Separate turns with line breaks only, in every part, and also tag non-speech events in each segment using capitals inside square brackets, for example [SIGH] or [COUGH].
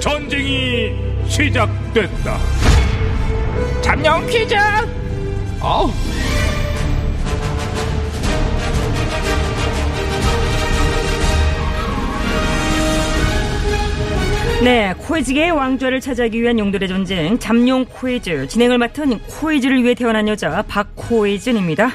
전쟁이 시작됐다. 잠룡 퀴즈! 아우.
네, 코이즈계의 왕좌를 차지하기 위한 용들의 전쟁 잠룡 코이즈 진행을 맡은 코이즈를 위해 태어난 여자 박코이즈입니다.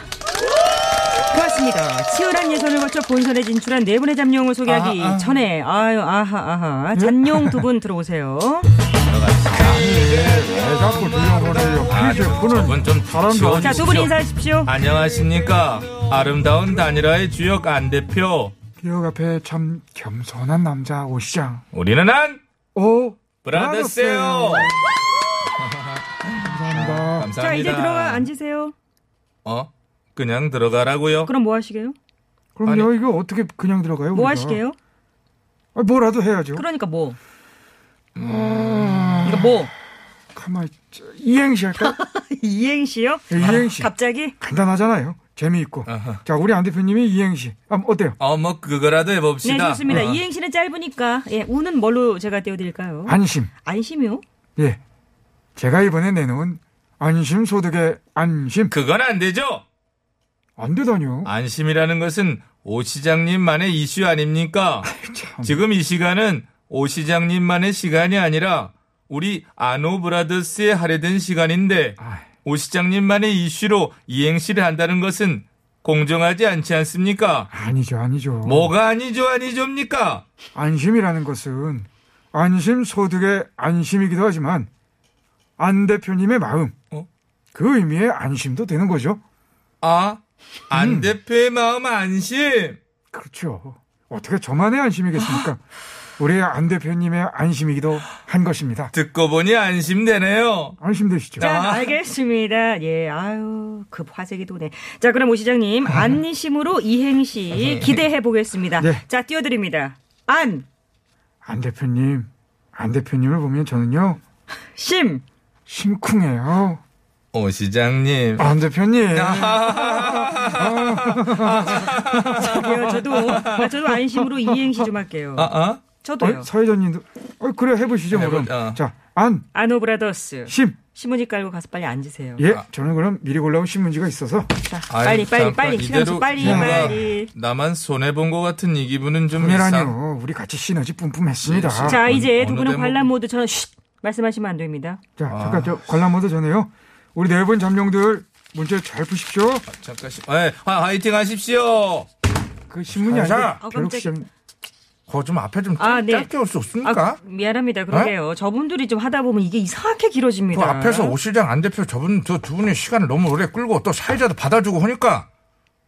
그렇습니다. 치열한 예선을 거쳐 본선에 진출한 네 분의 잠룡을 소개하기 전에 아유 아하 아하 잠룡 두 분 들어오세요.
왜 자꾸 네, 들려보내요? 아, 퀴즈 푸는
이건 좀
사람도
자 두 분 인사하십시오.
안녕하십니까 아름다운 단일화의 주역 안 대표
기억 앞에 참 겸손한 남자 어? 오시장.
우리는 안
오
브라더세요
감사합니다.
감사합니다
자 이제 들어가 앉으세요.
어? 그냥 들어가라고요
그럼 뭐 하시게요?
그럼
아니.
여기가 어떻게 그냥 들어가요?
뭐
우리가?
하시게요?
아, 뭐라도 해야죠.
그러니까 뭐? 그러니까 뭐?
가만 있자. 이행시
[LAUGHS]
할까?
이행시요?
이행시.
갑자기? 네,
간단하잖아요. 재미있고. 자 우리 안 대표님이 이행시. 아, 어때요?
어 뭐 그거라도
네,
해봅시다
좋습니다.
어.
이행시는 짧으니까. 예, 우는 뭘로 제가 띄워드릴까요?
안심.
안심이요?
예. 제가 이번에 내놓은 안심 소득의 안심
그건 안 되죠
안 되다뇨.
안심이라는 것은 오 시장님만의 이슈 아닙니까
참.
지금 이 시간은 오 시장님만의 시간이 아니라 우리 아노브라더스에 할애된 시간인데
아이.
오 시장님만의 이슈로 이행시를 한다는 것은 공정하지 않지 않습니까?
아니죠, 아니죠.
뭐가 아니죠 아니죠입니까?
안심이라는 것은 안심 소득의 안심이기도 하지만 안 대표님의 마음
어?
그 의미의 안심도 되는 거죠.
아, 안 대표의 마음 안심.
그렇죠. 어떻게 저만의
아.
안심이겠습니까? 우리 안 대표님의 안심이기도 한 것입니다.
듣고 보니 안심되네요.
안심되시죠?
자,
아.
알겠습니다. 예, 아유, 급 화제기도네. 자, 그럼 오 시장님, 안심으로 이행시 기대해 보겠습니다.
네.
자, 띄워드립니다. 안,
안 대표님, 안 대표님을 보면 저는요
심.
심쿵해요.
오 시장님.
안 대표님,
아,
어,
저도요, 저도, 아, 저도 안심으로 이행시 좀 할게요.
아, 아?
저도요.
어, 사회자님도 어, 그래 해보시죠 그럼.
해보- 어.
자, 안,
아노브라더스.
심,
신문지 깔고 가서 빨리 앉으세요.
예,
아.
저는 그럼 미리 골라온 신문지가 있어서
자,
아유,
빨리, 빨리,
잠깐,
빨리. 시간 좀
이대로
빨리,
뭔가
빨리.
나만 손해본 것 같은 이 기분은 좀 이상.
보내라니요. 우리 같이 시너지 뿜뿜했습니다.
예, 진짜.
자,
어느-
이제 두
어느
분은
대목이-
관람 모드처럼 쉿! 말씀하시면 안 됩니다.
자, 잠깐 저 관람 모드 전에요. 우리 네 분 잠룡들 문제 잘 푸십시오.
잠깐, 시- 예, 화- 화이팅 하십시오.
그 신문이
아, 자.
아니고
아,
벼룩
깜짝이야.
시장.
그거 좀 앞에 좀
아, 네.
짧게 올 수 없습니까? 네?
아, 미안합니다. 그러게요. 저분들이 좀 하다 보면 이게 이상하게
그
길어집니다.
앞에서 오 시장 안 대표 저분 저 두 분이 시간을 너무 오래 끌고 또 사회자도 받아주고 하니까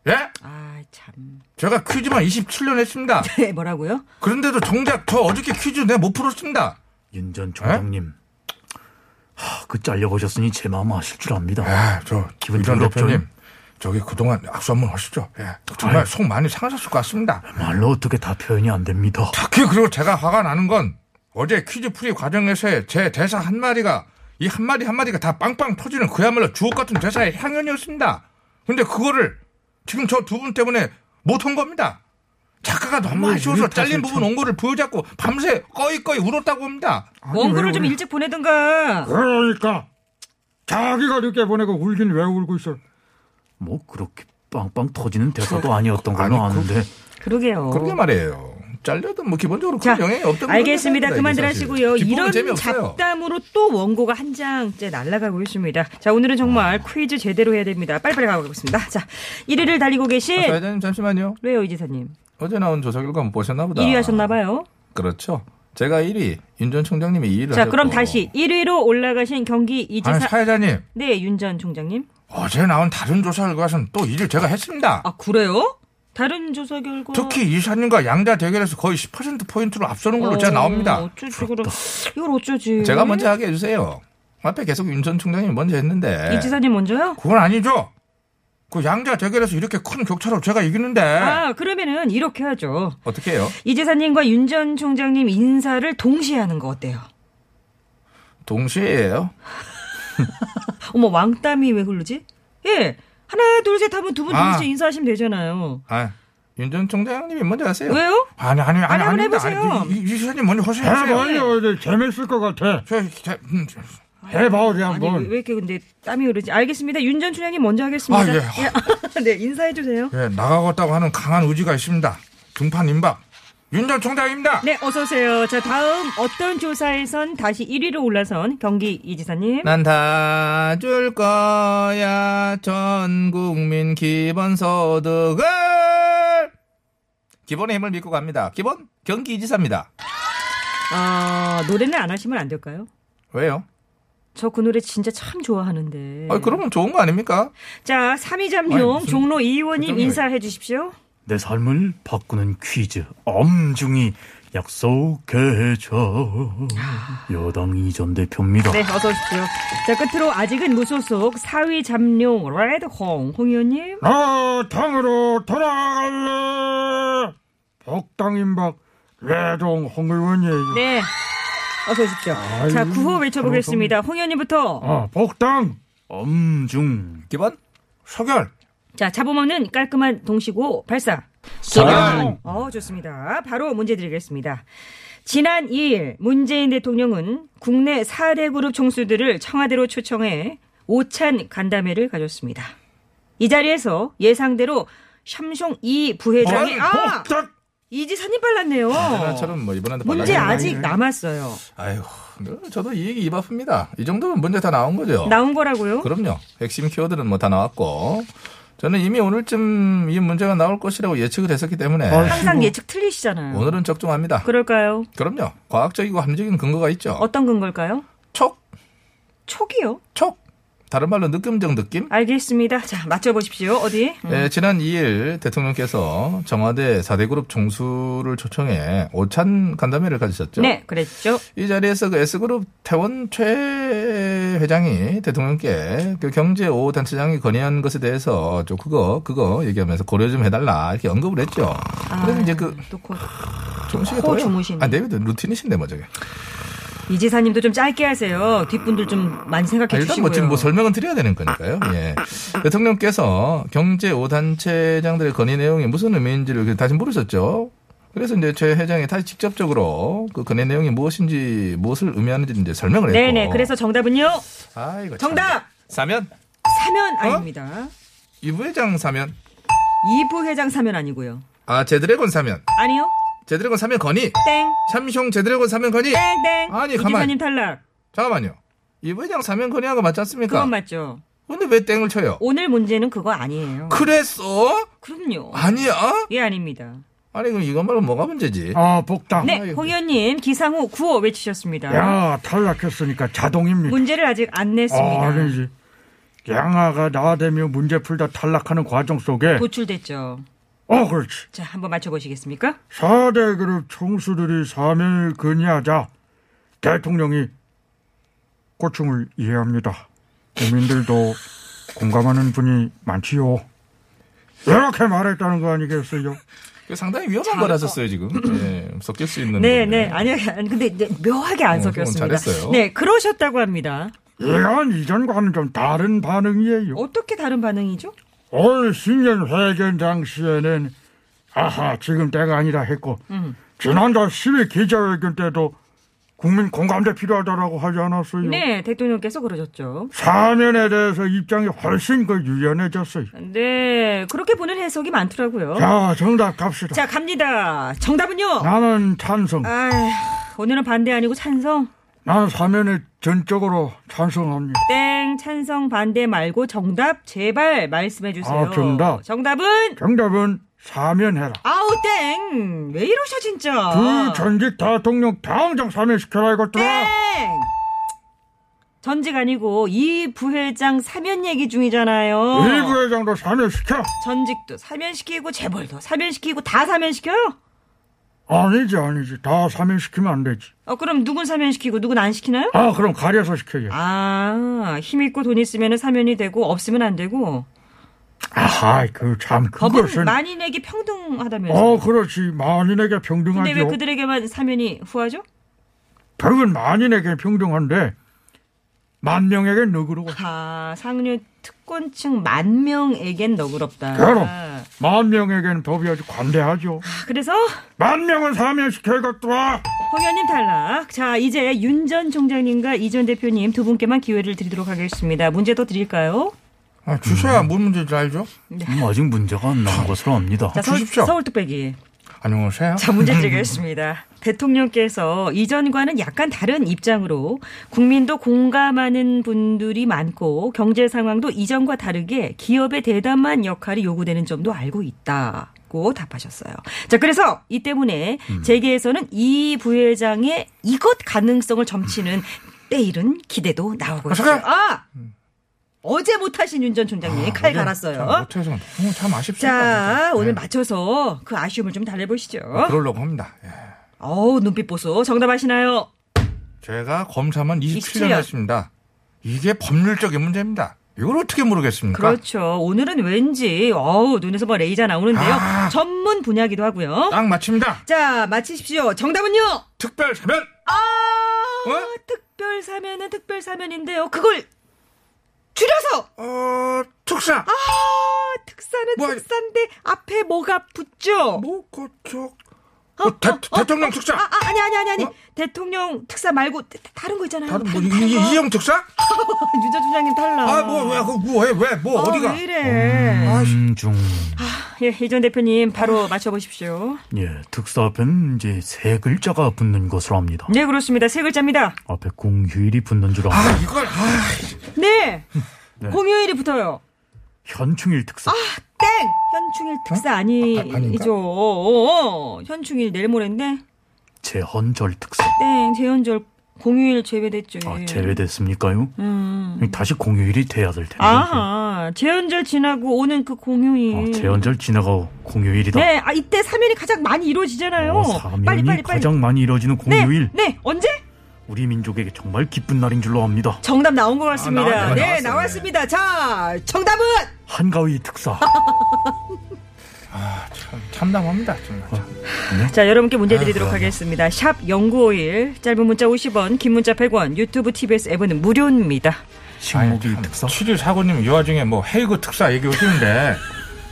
예?
아, 참.
제가 퀴즈만 27년 했습니다.
네, 뭐라고요?
그런데도 정작 저 어저께 퀴즈 내가 못 풀었습니다.
윤 전 총장님, 하, 그 잘려보셨으니 제 마음 아실 줄 압니다.
아, 저
기분
이전
좋은
대표님
답변.
저기 그동안 악수 한번 하시죠. 예. 정말
아유.
속 많이 상하셨을 것 같습니다.
말로 어떻게 다 표현이 안 됩니다.
특히 그리고 제가 화가 나는 건 어제 퀴즈 풀이 과정에서의 제 대사 한 마디가 이 한 마디 한 마디가 다 빵빵 터지는 그야말로 주옥 같은 대사의 향연이었습니다. 근데 그거를 지금 저 두 분 때문에 못 한 겁니다. 작가가
음,
너무
아니,
아쉬워서
우리 탓을
잘린 부분
참-
원고를 부여잡고 밤새 꺼이꺼이 울었다고 합니다.
아니,
원고를
왜
좀
울-
일찍 보내든가.
그러니까 자기가 늦게 보내고 울긴 왜 울고 있어?
뭐 그렇게 빵빵 터지는 대사도 아니었던 걸로
아니, 그-
아는데
그러게요.
그러게 말이에요. 잘려도 뭐 기본적으로
자,
큰 영향이 없던
알겠습니다.
거잖아요,
그만들
이게 사실.
하시고요.
뒷부분
이런
재미없어요.
잡담으로 또 원고가 한 장째 날아가고 있습니다. 자, 오늘은 정말 퀴즈 제대로 해야 됩니다. 빨리빨리 가보겠습니다. 자, 1위를 달리고 계신
아, 사회자님 잠시만요.
왜요, 이지사님?
어제 나온 조사 결과 한번 보셨나 보다.
1위 하셨나봐요.
그렇죠. 제가 1위, 윤 전 총장님이 2위를
자, 그럼 다시 1위로 올라가신 경기
아니,
이지사
사회자님.
네, 윤 전 총장님.
어제 나온 다른 조사 결과는 또 일을 제가 했습니다.
아, 그래요? 다른 조사 결과
특히 이사님과 양자 대결에서 거의 10%포인트로 앞서는 걸로 제가
어,
나옵니다.
어쩌지 그럼 이걸 어쩌지?
제가 먼저 하게 해주세요. 앞에 계속 윤 전 총장님이 먼저 했는데.
이 지사님 먼저요?
그건 아니죠. 그 양자 대결에서 이렇게 큰 격차로 제가 이기는데.
아 그러면은 이렇게 하죠.
어떻게 해요?
이 지사님과 윤 전 총장님 인사를 동시에 하는 거 어때요?
동시에요.
어머 왕땀이 왜 흐르지? 예 하나 둘 셋 하면 두 분
아.
동시에 인사하시면 되잖아요.
아, 윤 전 총장님이 먼저 하세요.
왜요?
아니, 아니, 아니.
아니, 한번
아닙니다.
해보세요.
아니, 이, 이, 이 사님 먼저 하세요.
해봐요. 이제 재밌을 것 같아.
저, 저, 음, 저,
해봐, 우리
아니 왜,
한번.
왜 이렇게 근데 땀이 흐르지? 알겠습니다. 윤 전 총장님 먼저 하겠습니다.
아, 예.
예. [LAUGHS] 네 인사해 주세요.
예, 나가겠다고 하는 강한 의지가 있습니다. 등판 임박. 윤 전 총장입니다.
네 어서 오세요. 자 다음 어떤 조사에선 다시 1위로 올라선 경기 이 지사님.
네. 난 다 줄 거야 전 국민 기본 소득을 기본의 힘을 믿고 갑니다. 기본 경기지사입니다.
아 노래는 안 하시면 안 될까요?
왜요?
저 그 노래 진짜 참 좋아하는데.
아 그러면 좋은 거 아닙니까?
자, 3위 잠룡 종로 이 의원님
그정도예요.
인사해 주십시오.
내 삶을 바꾸는 퀴즈 엄중히 약속해줘
아.
여당 이전 대표입니다
네, 어서 오십시오. 자, 끝으로 아직은 무소속 4위 잠룡 레드홍 홍 의원님.
나 당으로 돌아갈래. 복당임박 레동 홍 의원이에요.
네. 어서 오십시오. 자,
아유,
구호 외쳐보겠습니다. 홍 의원님부터.
아, 복당.
엄중
기본 소결
자, 잡음없는 깔끔한 동시고 발사.
소결
어, 좋습니다. 바로 문제 드리겠습니다. 지난 2일 문재인 대통령은 국내 4대 그룹 총수들을 청와대로 초청해 오찬 간담회를 가졌습니다. 이 자리에서 예상대로 샴송 이 부회장이 아!
복당. 이지사님
빨랐네요.
저는 뭐 이번에도
문제
발라주는
아직 남았어요.
거 아니에요. 아유 저도 이 얘기 입 아픕니다. 이 정도면 문제 다 나온 거죠.
나온 거라고요?
그럼요. 핵심 키워드는 뭐 다 나왔고 저는 이미 오늘쯤 이 문제가 나올 것이라고 예측을 했었기 때문에
항상 예측 틀리시잖아요.
뭐. 오늘은 적중합니다.
어. 그럴까요?
그럼요. 과학적이고 합리적인 근거가 있죠.
어떤 근걸까요?
촉,
촉이요?
촉. 다른 말로 느낌적 느낌.
알겠습니다. 자, 맞춰보십시오. 어디? 음.
예, 지난 2일 대통령께서 청와대 4대 그룹 총수를 초청해 오찬 간담회를 가지셨죠.
네, 그랬죠.
이 자리에서 그 S그룹 태원 최 회장이 대통령께 그 경제 5 단체장이 건의한 것에 대해서 좀 그거 그거 얘기하면서 고려 좀 해달라 이렇게 언급을 했죠. 그래서 이제 그
아, 또 코-
조금씩
코
더요.
주무시네.
아, 내비도 루틴이신데 뭐 저게.
이지사님도 좀 짧게 하세요. 뒷분들 좀 많이
아,
생각해
일단
주시고요.
뭐 지금 뭐 설명은 드려야
[LAUGHS]
되는 거니까요. 예. 대통령께서 경제 5단체장들의 건의 내용이 무슨 의미인지를 그 다시 물으셨죠. 그래서 이제 최 회장이 다시 직접적으로 그 건의 내용이 무엇인지 무엇을 의미하는지 이제 설명을 했고.
네네. 그래서 정답은요.
아, 이거 참.
정답
사면 어?
사면 아닙니다.
이 부회장 사면
이 부회장 사면 아니고요.
아 제드래곤 사면
아니요.
제드래곤 사면 건의
땡.
삼숑 제드래곤 사면 건의
땡땡.
아니, 가만.
이지사님 탈락.
잠깐만요. 이 부회장 사면 건의한 거 맞지 않습니까?
그건 맞죠.
근데 왜 땡을 쳐요?
오늘 문제는 그거 아니에요.
그랬어?
그럼요.
아니야?
예 아닙니다.
아니 그럼 이건 말로 뭐가 문제지?
아, 복당.
네, 홍 의원님 기상후 구호 외치셨습니다.
야, 탈락했으니까 자동입니다.
문제를 아직 안 냈습니다.
아, 아니지. 양아가 나대며 문제 풀다 탈락하는 과정 속에
그 도출됐죠.
어, 그렇지.
자, 한번 맞춰보시겠습니까?
4대 그룹 총수들이 사면을 건의하자 대통령이 고충을 이해합니다. 국민들도 [LAUGHS] 공감하는 분이 많지요. 이렇게 말했다는 거 아니겠어요?
그 상당히 위험한 걸 하셨어요
[LAUGHS]
지금. 예, 섞일 수 있는.
네,
부분에.
네. 아니, 아니, 근데 이제 묘하게 안
어, 그건
섞였습니다.
잘했어요.
네, 그러셨다고 합니다.
이건 이전과는 좀 다른 반응이에요.
어떻게 다른 반응이죠?
올 신년 회견 당시에는 아하 지금 때가 아니라 했고 지난달 10일 기자회견 때도 국민 공감대 필요하다라고 하지 않았어요.
네, 대통령께서 그러셨죠.
사면에 대해서 입장이 훨씬 더 유연해졌어요.
네, 그렇게 보는 해석이 많더라고요.
자 정답 갑시다.
자, 갑니다. 정답은요?
나는 찬성.
아, 오늘은 반대 아니고 찬성.
나는 사면에 전적으로 찬성합니다.
땡, 찬성, 반대 말고 정답 제발 말씀해 주세요.
아, 정답.
정답은
정답은 사면해라.
아우 땡. 왜 이러셔 진짜? 네.
그 전직 대통령 당장 사면시켜라 이것들아.
땡. 전직 아니고 이 부회장 사면 얘기 중이잖아요.
이 부회장도 사면시켜.
전직도 사면시키고 재벌도 사면시키고 다 사면시켜요?
아니지 아니지 다 사면시키면 안 되지.
어, 그럼 누군 사면시키고 누군 안 시키나요?
아 그럼 가려서 시켜야지.
아, 힘 있고 돈 있으면 사면이 되고 없으면 안 되고
아하 그참
법은
그것은
만인에게 평등하다면서.
어 그렇지 만인에게
근데 왜
평등하죠.
그들에게만 사면이 후하죠?
법은 만인에게 평등한데 만 명에게 너그러워.
아, 상류 특권층 만 명에겐 너그럽다.
그럼
아,
만 명에게는 법이 아주 관대하죠.
그래서
만 명은 사면시켜 것도와
허 의원님 탈락. 자, 이제 윤 전 총장님과 이 전 대표님 두 분께만 기회를 드리도록 하겠습니다. 문제 더 드릴까요?
아, 주셔야 뭔 문제인지 알죠?
음, 아직 문제가 안 나온 것으로 압니다.
아,
자, 서울,
네. 주십시오.
서울 뚝배기.
안녕하세요.
자, [LAUGHS] 문제 드리겠습니다. 대통령께서 이전과는 약간 다른 입장으로 국민도 공감하는 분들이 많고 경제 상황도 이전과 다르게 기업의 대담한 역할이 요구되는 점도 알고 있다고 답하셨어요. 자, 그래서 이 때문에 재계에서는 이 부회장의 이것 가능성을 점치는 때이른 기대도 나오고 있어요. 아! 어제 못하신 윤 전 총장님 칼
참
아, 갈았어요.
아, 네. 못해서 너무 참 아쉽습니다.
자,
진짜.
오늘
네.
맞춰서 그 아쉬움을 좀 달래보시죠.
그러려고 합니다. 예.
어우, 눈빛 보소. 정답하시나요?
제가 검사만 27년,
27년.
했습니다. 이게 법률적인 문제입니다. 이걸 어떻게 모르겠습니까?
그렇죠. 오늘은 왠지, 어우, 눈에서 뭐 레이저 나오는데요.
아.
전문 분야기도 하고요.
딱 맞춥니다.
자, 마치십시오. 정답은요?
특별 사면
아,
어?
특별 사면은 특별 사면인데요. 그걸 줄여서!
어 특사
아, 특사는
뭐,
특사인데 앞에 뭐가 붙죠?
뭐그쪽 어, 대, 대통령 특사
아, 아, 아니, 아니, 아니, 아니.
어?
대통령 특사 말고 다- 다른 거 있잖아요.
다른 뭐
다른 거.
이- 이- 이형
[LAUGHS]
특사? 아, 뭐,
유전 총장님 탈락.
아뭐왜그뭐왜뭐
아,
어디가? 아,
왜 이래.
음중
예, 이전 대표님 바로 맞춰보십시오.
예 특사 앞에는 이제 세 글자가 붙는 것으로 압니다.
네, 그렇습니다. 세 글자입니다.
앞에 공휴일이 붙는 줄
아
압니다.
이걸 아
네.
네.
공휴일이 붙어요.
현충일 특사.
땡! 현충일 특사
아, 아, 아닌가?
아니죠. 어, 어. 현충일 내일 모레인데
재헌절 특사.
땡. 재연절 공휴일 제외됐죠. 예. 음.
아, 제외됐습니까요? 다시 공휴일이 돼야 될 텐데.
아하. 재연절 지나고 오는 그 공휴일.
아, 재헌절 지나가고 공휴일이다.
네. 아, 이때 3일이 가장 많이 이루어지잖아요.
어, 사면이
빨리 빨리 빨리.
가장 많이 이루어지는
네.
공휴일.
네. 언제?
우리 민족에게 정말 기쁜 날인 줄로 압니다.
정답 나온 것 같습니다.
아, 나왔-
네,
나왔어요.
나왔습니다. 자, 정답은
한가위
[LAUGHS]
특사.
참담합니다 정말. 참.
자, 여러분께 문제 드리도록
아, 그러네.
하겠습니다. 샵 0951, 짧은 문자 50원, 긴 문자 100원, 유튜브 TBS 앱은 무료입니다.
식목일 특사.
7일 사고님 이 와중에 뭐 헤이그 특사 얘기 오시는데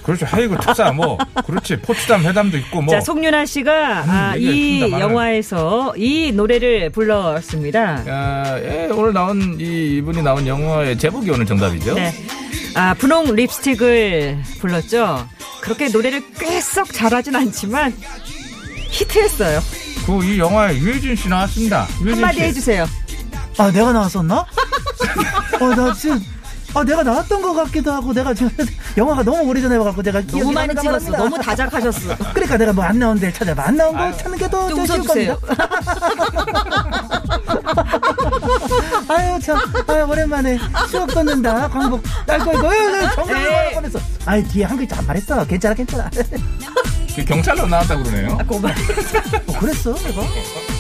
그렇죠 헤이그 특사 뭐 그렇지 포츠담 회담도 있고 뭐
자, 송윤아 씨가 아,
얘기가
이
있습니다만은.
영화에서 이 노래를 불렀습니다.
아, 예, 오늘 나온 이 이분이 나온 영화의 제목이 오늘 정답이죠.
네. 아, 분홍 립스틱을 불렀죠. 그렇게 노래를 꽤 썩 잘하진 않지만 히트했어요.
그 이 영화에 유해진 씨 나왔습니다. 유해진
한마디
씨.
해주세요.
아 내가 나왔었나? [LAUGHS] 어나 지금 아 내가 나왔던 것 같기도 하고 내가 지금 [LAUGHS] 영화가 너무 오래전에 봐갖고 내가
너무
기억이
많이
가물가물합니다.
찍었어. 너무 [LAUGHS] 다작하셨어.
그러니까 내가 뭐 안 나온 데를 찾아봐 안 나온 거 찾는 게더
또 웃어주세요.
아유 참 아유, 오랜만에 추억 돋는다 광복 딸거이고 어, 정상을
에이.
말할 뻔했어 아유 뒤에 한 글자 안 말했어 괜찮아 괜찮아
그 경찰로 나왔다 그러네요.
고마워.
뭐 그랬어 어, 내가